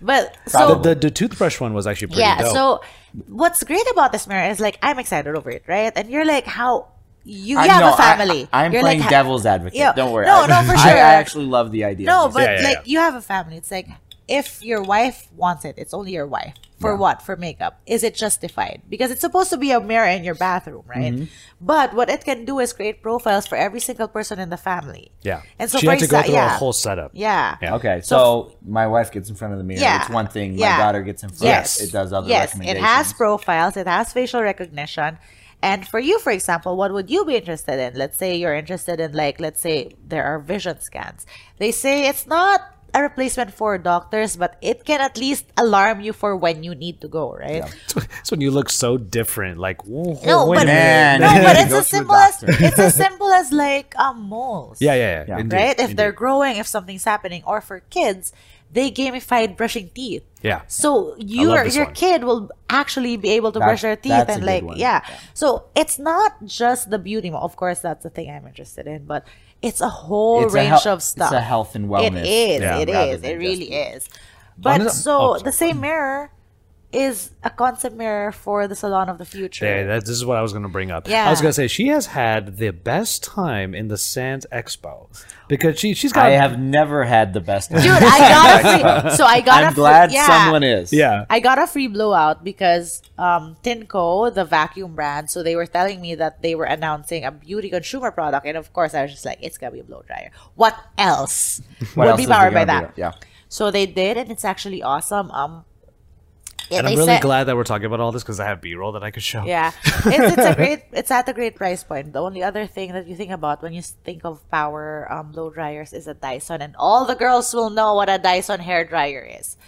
Speaker 4: but so
Speaker 2: Probably.
Speaker 1: The, the toothbrush one was actually pretty
Speaker 4: yeah
Speaker 1: dope.
Speaker 4: so what's great about this mirror is like i'm excited over it right and you're like how you, you
Speaker 2: I-
Speaker 4: have
Speaker 2: no,
Speaker 4: a family
Speaker 2: I, am
Speaker 4: You're
Speaker 2: playing
Speaker 4: like, ha-
Speaker 2: devil's advocate.
Speaker 4: Yeah.
Speaker 2: Don't worry.
Speaker 4: No,
Speaker 2: [laughs] I,
Speaker 4: no, for
Speaker 2: I,
Speaker 4: sure.
Speaker 2: I actually love the idea.
Speaker 4: no
Speaker 2: of this.
Speaker 4: but
Speaker 1: Yeah, yeah,
Speaker 4: like
Speaker 1: yeah.
Speaker 4: you have a family it's like if your wife wants it, it's only your wife. For what? For makeup. Is it justified? Because it's supposed to be a mirror in your bathroom, right?
Speaker 1: Mm-hmm.
Speaker 4: But what it can do is create profiles for every single person in the family.
Speaker 1: Yeah.
Speaker 4: And so
Speaker 1: she
Speaker 4: for
Speaker 1: had to go
Speaker 4: exa-
Speaker 1: through
Speaker 4: yeah.
Speaker 1: a whole setup.
Speaker 4: yeah.
Speaker 1: Yeah.
Speaker 2: Okay, so my wife gets in front of the mirror.
Speaker 4: Yeah.
Speaker 2: It's one thing.
Speaker 4: Yeah.
Speaker 2: My daughter gets in front.
Speaker 4: Yes.
Speaker 2: It does other
Speaker 4: yes. It
Speaker 2: recommendations.
Speaker 4: has profiles, it has facial recognition. And for you, for example, what would you be interested in? Let's say you're interested in, like, let's say there are vision scans. They say it's not a replacement for doctors, but it can at least alarm you for when you need to go, right?
Speaker 1: [laughs] That's when you look so different. Like, whoa,
Speaker 4: No,
Speaker 1: wait a
Speaker 4: but,
Speaker 1: minute.
Speaker 2: Man.
Speaker 4: no,
Speaker 2: [laughs]
Speaker 4: but it's
Speaker 2: Go
Speaker 4: as
Speaker 2: to the
Speaker 4: simple as
Speaker 2: doctor.
Speaker 4: it's as simple as like um, moles.
Speaker 1: Yeah, yeah, yeah.
Speaker 2: Yeah.
Speaker 1: indeed,
Speaker 4: right? If
Speaker 1: indeed.
Speaker 4: they're growing, if something's happening, or for kids, they gamified brushing teeth.
Speaker 1: Yeah.
Speaker 4: So your
Speaker 1: this
Speaker 4: your
Speaker 1: one.
Speaker 4: kid will actually be able to
Speaker 2: That-
Speaker 4: brush their teeth
Speaker 2: that's a
Speaker 4: and
Speaker 2: good
Speaker 4: like
Speaker 2: one.
Speaker 4: yeah.
Speaker 2: Yeah.
Speaker 4: So it's not just the beauty. mo- Of course, that's the thing I'm interested in, but it's a whole
Speaker 2: It's a
Speaker 4: range
Speaker 2: hel-
Speaker 4: of stuff.
Speaker 2: It's a health and
Speaker 4: It
Speaker 2: wellness.
Speaker 4: is.
Speaker 1: Yeah.
Speaker 4: It
Speaker 2: rather
Speaker 4: is.
Speaker 2: than
Speaker 4: It really is.
Speaker 1: Honest-
Speaker 4: But so
Speaker 1: oh,
Speaker 4: the same mirror is a concept mirror for the salon of the future.
Speaker 1: Yeah, that, this is what I was going to bring up. I
Speaker 4: Yeah.
Speaker 1: was going to say she has had the best time in the Sands Expo because she she's got
Speaker 2: I have never had the best.
Speaker 4: Dude,
Speaker 2: [laughs]
Speaker 4: I got a free. So I got a
Speaker 2: I'm
Speaker 4: free-
Speaker 2: glad
Speaker 4: yeah.
Speaker 2: someone is.
Speaker 1: yeah
Speaker 4: I got a free blowout because um, Tinco, the vacuum brand, so they were telling me that they were announcing a beauty consumer product, and of course I was just like, it's gonna be a blow dryer. What else
Speaker 2: [laughs] What
Speaker 4: would
Speaker 2: else
Speaker 4: be
Speaker 2: is there
Speaker 4: powered by
Speaker 2: gonna
Speaker 4: that?
Speaker 2: be? Yeah.
Speaker 4: So they did, and it's actually awesome. Um, yeah,
Speaker 1: and
Speaker 4: they
Speaker 1: I'm really
Speaker 4: said-
Speaker 1: glad that we're talking about all this because I have B roll that I could show.
Speaker 4: [laughs] Yeah,
Speaker 2: [laughs]
Speaker 4: it's, it's a great. It's at a great price point. The only other thing that you think about when you s- think of power um, blow dryers is a Dyson, and all the girls will know what a Dyson hair dryer is.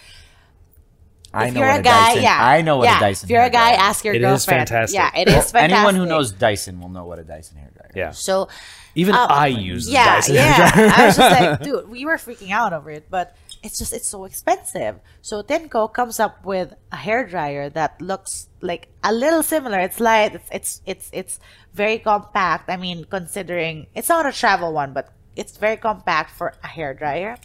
Speaker 2: I
Speaker 4: if
Speaker 2: know
Speaker 4: you're
Speaker 2: what
Speaker 4: a guy,
Speaker 2: Dyson,
Speaker 4: yeah,
Speaker 2: I know what
Speaker 4: yeah.
Speaker 2: a Dyson.
Speaker 4: If you're a
Speaker 2: hair
Speaker 4: guy,
Speaker 2: dryer
Speaker 4: ask your
Speaker 1: It is
Speaker 4: girlfriend.
Speaker 1: fantastic.
Speaker 4: Yeah, it is
Speaker 2: is.
Speaker 4: fantastic.
Speaker 2: anyone who knows Dyson will know what a Dyson hair dryer.
Speaker 1: yeah.
Speaker 2: is.
Speaker 4: So,
Speaker 1: Even
Speaker 4: Oh,
Speaker 1: I use
Speaker 4: yeah,
Speaker 1: the Dyson hair
Speaker 4: yeah.
Speaker 1: dryer.
Speaker 4: I was just like, dude, we were freaking out over it, but it's just it's so expensive. So Tenko comes up with a hair dryer that looks like a little similar. It's light. It's it's it's it's very compact. I mean, considering it's not a travel one, but it's very compact for a hair dryer.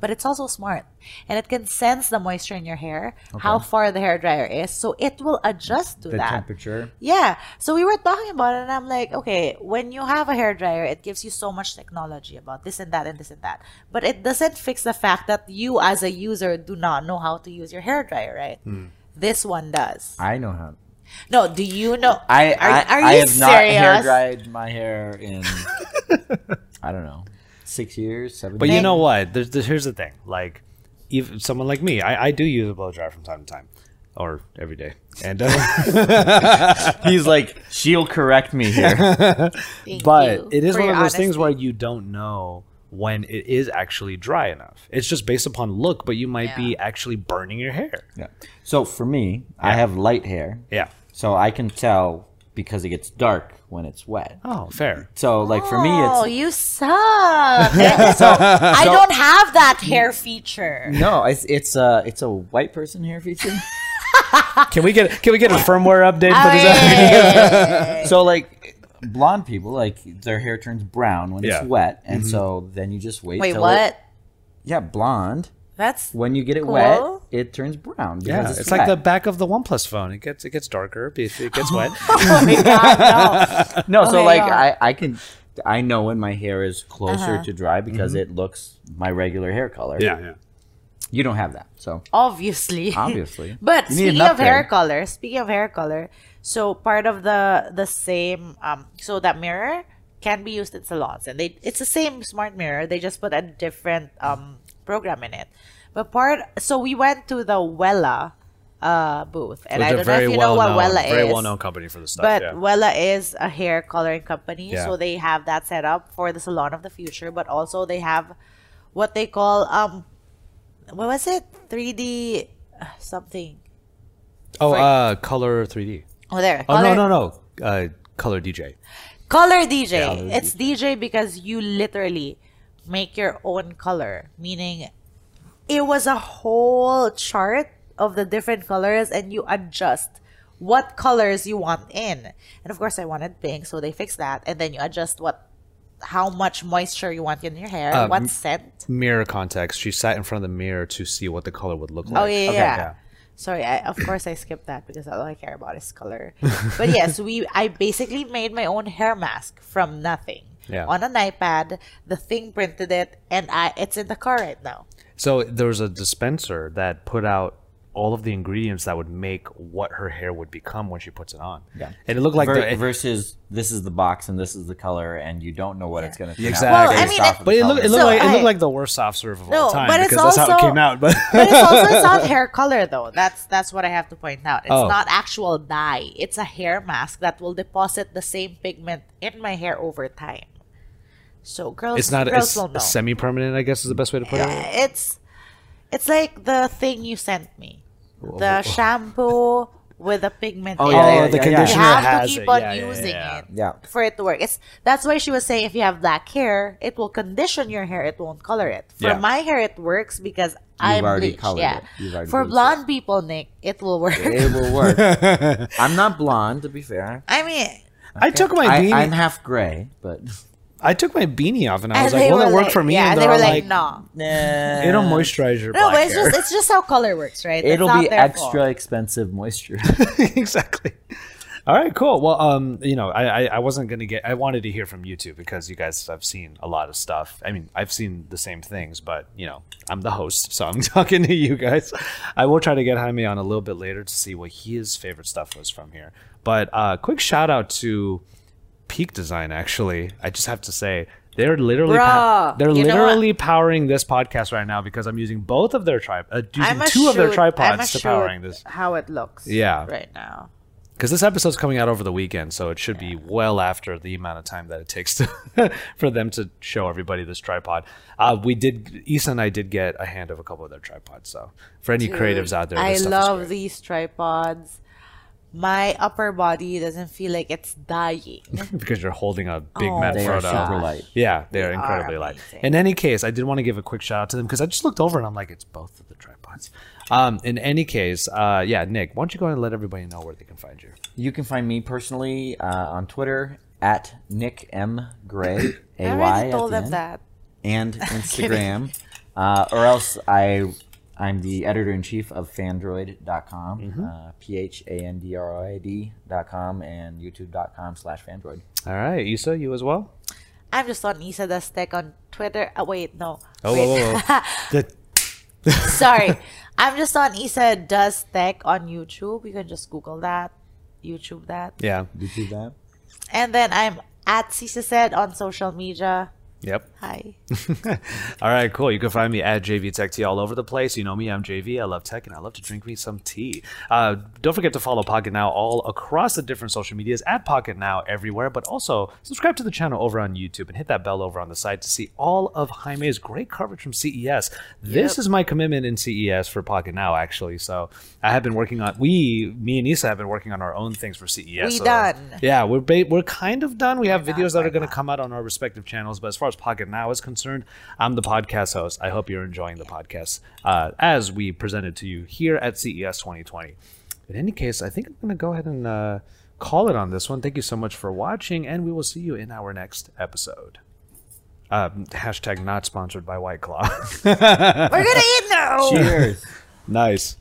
Speaker 4: But it's also smart, and it can sense the moisture in your hair, how far the hair dryer is, so it will adjust to
Speaker 2: The
Speaker 4: that.
Speaker 2: temperature.
Speaker 4: Yeah. So we were talking about it, and I'm like, okay, when you have a hair dryer, it gives you so much technology about this and that and this and that. But it doesn't fix the fact that you, as a user, do not know how to use your hair dryer, right? This one does.
Speaker 2: I know how.
Speaker 4: No, do you know?
Speaker 2: I
Speaker 4: are,
Speaker 2: I,
Speaker 4: are
Speaker 2: I
Speaker 4: you
Speaker 2: have
Speaker 4: serious?
Speaker 2: not hair dried my
Speaker 1: [laughs]
Speaker 2: hair in. I don't know, six years,
Speaker 1: [laughs]
Speaker 2: seven.
Speaker 1: But
Speaker 2: years.
Speaker 1: you know what? There's, there's, here's the thing. Like, if someone like me, I, I do use a blow dryer from time to time, or every day. And uh,
Speaker 2: he's like, she'll correct me here.
Speaker 1: [laughs]
Speaker 4: Thank
Speaker 1: but
Speaker 4: you
Speaker 1: it is
Speaker 4: for
Speaker 1: one of
Speaker 4: your
Speaker 1: those things
Speaker 4: honesty.
Speaker 1: where you don't know when it is actually dry enough. It's just based upon look, but you might be actually burning your hair.
Speaker 2: yeah. So for me, I have light hair.
Speaker 1: Yeah.
Speaker 2: So I can tell because it gets dark when it's wet.
Speaker 1: Oh,
Speaker 4: [laughs]
Speaker 1: fair.
Speaker 2: So like for me,
Speaker 4: Oh,
Speaker 2: it's
Speaker 4: you
Speaker 2: [laughs]
Speaker 4: suck! I don't have that hair feature.
Speaker 2: no, it's it's a it's a white person hair feature.
Speaker 1: Can we get can we get a firmware update for this?
Speaker 2: [laughs] so like blonde people, like their hair turns brown when
Speaker 1: Yeah. Mm-hmm.
Speaker 2: it's wet, and so then you just wait.
Speaker 4: Wait,
Speaker 2: till
Speaker 4: what?
Speaker 2: It, yeah, blonde.
Speaker 4: That's
Speaker 2: When you get it
Speaker 4: Cool.
Speaker 2: wet, it turns brown. Because
Speaker 1: Yeah, it's,
Speaker 2: it's,
Speaker 1: like the
Speaker 2: wet.
Speaker 1: back of the OnePlus phone. It gets it gets darker. It
Speaker 4: [laughs]
Speaker 1: it gets wet.
Speaker 4: oh my god!
Speaker 2: no.
Speaker 4: No. Oh my
Speaker 2: so like
Speaker 4: God.
Speaker 2: I I can. I know when my hair is closer
Speaker 4: Uh-huh.
Speaker 2: to dry because it looks my regular hair color.
Speaker 1: yeah.
Speaker 2: You don't have that.
Speaker 4: [laughs]
Speaker 2: So
Speaker 4: obviously
Speaker 2: Obviously.
Speaker 4: but
Speaker 2: You need an
Speaker 4: speaking of hair
Speaker 2: upgrade.
Speaker 4: color speaking of hair color so part of the the same um so that mirror can be used in salons and they it's the same smart mirror they just put a different um program in it but part so we went to the wella uh booth and i
Speaker 1: Which
Speaker 4: don't
Speaker 1: are
Speaker 4: know if
Speaker 1: very
Speaker 4: you
Speaker 1: well
Speaker 4: know what
Speaker 1: known,
Speaker 4: wella
Speaker 1: very
Speaker 4: is
Speaker 1: well known company for this stuff.
Speaker 4: but
Speaker 1: yeah.
Speaker 4: Wella is a hair coloring company,
Speaker 1: Yeah.
Speaker 4: so they have that set up for the salon of the future. But also they have what they call um, what was it? Three D uh, something.
Speaker 1: oh,
Speaker 4: Frank-
Speaker 1: uh, color 3D.
Speaker 4: Oh, there.
Speaker 1: Oh
Speaker 4: color,
Speaker 1: no no no, uh, color DJ.
Speaker 4: color DJ.
Speaker 2: Color
Speaker 4: it's DJ because you literally make your own color. Meaning, it was a whole chart of the different colors, and you adjust what colors you want in. And of course, I wanted pink, so they fixed that, and then you adjust what, how much moisture you want in your hair,
Speaker 1: Uh,
Speaker 4: what scent.
Speaker 1: Mirror context. She sat in front of the mirror to see what the color would look like.
Speaker 4: Oh yeah, yeah, yeah. Sorry, I, of course I skipped that because all I care about is color. but yes, we I basically made my own hair mask from nothing.
Speaker 1: Yeah.
Speaker 4: On an iPad, the thing printed it, and I it's in the car right now.
Speaker 1: So there was a dispenser that put out all of the ingredients that would make what her hair would become when she puts it on. Yeah. And it looked like
Speaker 2: Ver-
Speaker 1: the,
Speaker 2: versus this is the box and this is the color and you don't know what it's going
Speaker 1: [laughs]
Speaker 2: to
Speaker 1: Exactly.
Speaker 4: Well, I mean, it-
Speaker 1: but it looked, it looked
Speaker 4: So,
Speaker 1: like it
Speaker 4: I-
Speaker 1: looked like the worst soft serve of all
Speaker 4: No,
Speaker 1: time
Speaker 4: but it's
Speaker 1: because that's how it
Speaker 4: also-
Speaker 1: came out.
Speaker 4: [laughs]
Speaker 1: But [laughs]
Speaker 4: But it's also it's not hair color though. That's that's what I have to point out. It's
Speaker 1: Oh.
Speaker 4: not actual dye. It's a hair mask that will deposit the same pigment in my hair over time. So girls,
Speaker 1: it's not
Speaker 4: girls
Speaker 1: it's
Speaker 4: will know.
Speaker 1: semi-permanent. I guess is the best way to put it.
Speaker 4: it's it's like the thing you sent me, the shampoo with the pigment.
Speaker 2: Oh,
Speaker 4: in
Speaker 2: yeah,
Speaker 4: it.
Speaker 2: yeah, yeah, yeah.
Speaker 4: You
Speaker 2: conditioner
Speaker 4: have to keep on
Speaker 1: Yeah, yeah,
Speaker 4: using
Speaker 1: yeah.
Speaker 4: it
Speaker 2: Yeah.
Speaker 4: for it to work. It's that's why she was saying if you have black hair, it will condition your hair. It won't color it. For
Speaker 1: Yeah.
Speaker 4: my hair, it works because I'm
Speaker 2: already
Speaker 4: bleached.
Speaker 2: colored
Speaker 4: Yeah.
Speaker 2: it. You've already
Speaker 4: For
Speaker 2: bleached
Speaker 4: blonde people, Nick, it will work.
Speaker 2: It will work.
Speaker 1: [laughs]
Speaker 2: I'm not blonde, to be fair.
Speaker 4: [laughs] I mean,
Speaker 1: I took my
Speaker 2: I,
Speaker 1: beanie.
Speaker 2: I'm half gray, but
Speaker 1: I took my beanie off and I
Speaker 4: and
Speaker 1: was like,
Speaker 4: they
Speaker 1: "Will
Speaker 4: were
Speaker 1: it work
Speaker 4: like-
Speaker 1: for me?"
Speaker 4: Yeah,
Speaker 1: and
Speaker 4: they
Speaker 1: they're
Speaker 4: were
Speaker 1: all
Speaker 4: like,
Speaker 1: like,
Speaker 4: no.
Speaker 1: "It'll moisturize your
Speaker 4: No,
Speaker 1: black
Speaker 4: but it's
Speaker 1: hair."
Speaker 4: just it's just how color works, right? It's
Speaker 2: it'll
Speaker 4: not
Speaker 2: be
Speaker 4: their
Speaker 2: extra
Speaker 4: fault.
Speaker 2: expensive moisture.
Speaker 1: exactly. All right, cool. Well, um, you know, I, I, I wasn't gonna get. I wanted to hear from you two because you guys have seen a lot of stuff. I mean, I've seen the same things, but you know, I'm the host, so I'm [laughs] talking to you guys. I will try to get Jaime on a little bit later to see what his favorite stuff was from here. But uh, quick shout out to Peak Design. Actually, I just have to say. They're literally pow-
Speaker 4: Bruh,
Speaker 1: they're
Speaker 4: you know what?
Speaker 1: literally powering this podcast right now because I'm using both of their tripod, uh, using
Speaker 4: I'm
Speaker 1: two of their
Speaker 4: assured- I'm
Speaker 1: tripods to
Speaker 4: assured
Speaker 1: powering this
Speaker 4: How it looks.
Speaker 1: Yeah.
Speaker 4: Right now.
Speaker 1: because this episode's coming out over the weekend, so it should be well after the amount of time that it takes to, [laughs] for them to show everybody this tripod. Uh, we did, Issa and I did get a hand of a couple of their tripods. So for any creatives out there,
Speaker 4: I
Speaker 1: this stuff is
Speaker 4: love
Speaker 1: great.
Speaker 4: these tripods. My upper body doesn't feel like it's dying.
Speaker 1: [laughs] because you're holding a big
Speaker 4: Oh,
Speaker 1: Matt
Speaker 2: they are
Speaker 1: Frodo.
Speaker 2: super light.
Speaker 1: Yeah, they're
Speaker 4: They are
Speaker 1: incredibly light.
Speaker 4: amazing.
Speaker 1: In any case, I did want to give a quick shout out to them because I just looked over and I'm like, it's both of the tripods. Um, in any case, uh, yeah, Nick, why don't you go ahead and let everybody know where they can find you?
Speaker 2: You can find me personally uh, on Twitter at Nick M Gray A
Speaker 4: [coughs]
Speaker 2: Y
Speaker 4: I already
Speaker 2: at
Speaker 4: told
Speaker 2: the
Speaker 4: them
Speaker 2: end,
Speaker 4: that.
Speaker 2: and
Speaker 4: [laughs]
Speaker 2: Instagram, uh, or else I I'm the editor in chief of
Speaker 4: Mm-hmm.
Speaker 2: Fandroid.com, uh, p h a n d r o i d dot com, and YouTube.com slash Fandroid.
Speaker 1: All right, Issa, you as well?
Speaker 4: I'm just on Isa Does Tech on Twitter. Oh, wait, no.
Speaker 1: Oh,
Speaker 4: wait.
Speaker 1: whoa, whoa, whoa. The-
Speaker 4: [laughs] Sorry. I'm just on Isa Does Tech on YouTube. You can just Google that, YouTube that.
Speaker 1: yeah,
Speaker 2: Did you do that?
Speaker 4: And then I'm at Cisa said on social media.
Speaker 1: yep.
Speaker 4: Hi.
Speaker 1: all right, cool. You can find me at JV Tech Tea all over the place. You know me, I'm JV. I love tech and I love to drink me some tea. Uh, don't forget to follow Pocket Now all across the different social medias at Pocket Now everywhere, but also subscribe to the channel over on YouTube and hit that bell over on the side to see all of Jaime's great coverage from CES. This is my commitment in CES for Pocket Now, actually. So I have been working on, we, me and Issa have been working on our own things for CES.
Speaker 4: We
Speaker 1: so-
Speaker 4: done.
Speaker 1: yeah, we're ba- we're kind of done. We have videos that are going to come out on our respective channels, but as far as Pocket Now is concerned, I'm the podcast host. I hope you're enjoying the podcast uh, as we presented to you here at E CES 2020. In any case, I think I'm going to go ahead and uh, call it on this one. Thank you so much for watching, and we will see you in our next episode. Um, hashtag not sponsored by White Claw. [laughs]
Speaker 4: We're going to eat now.
Speaker 2: Cheers.
Speaker 1: nice.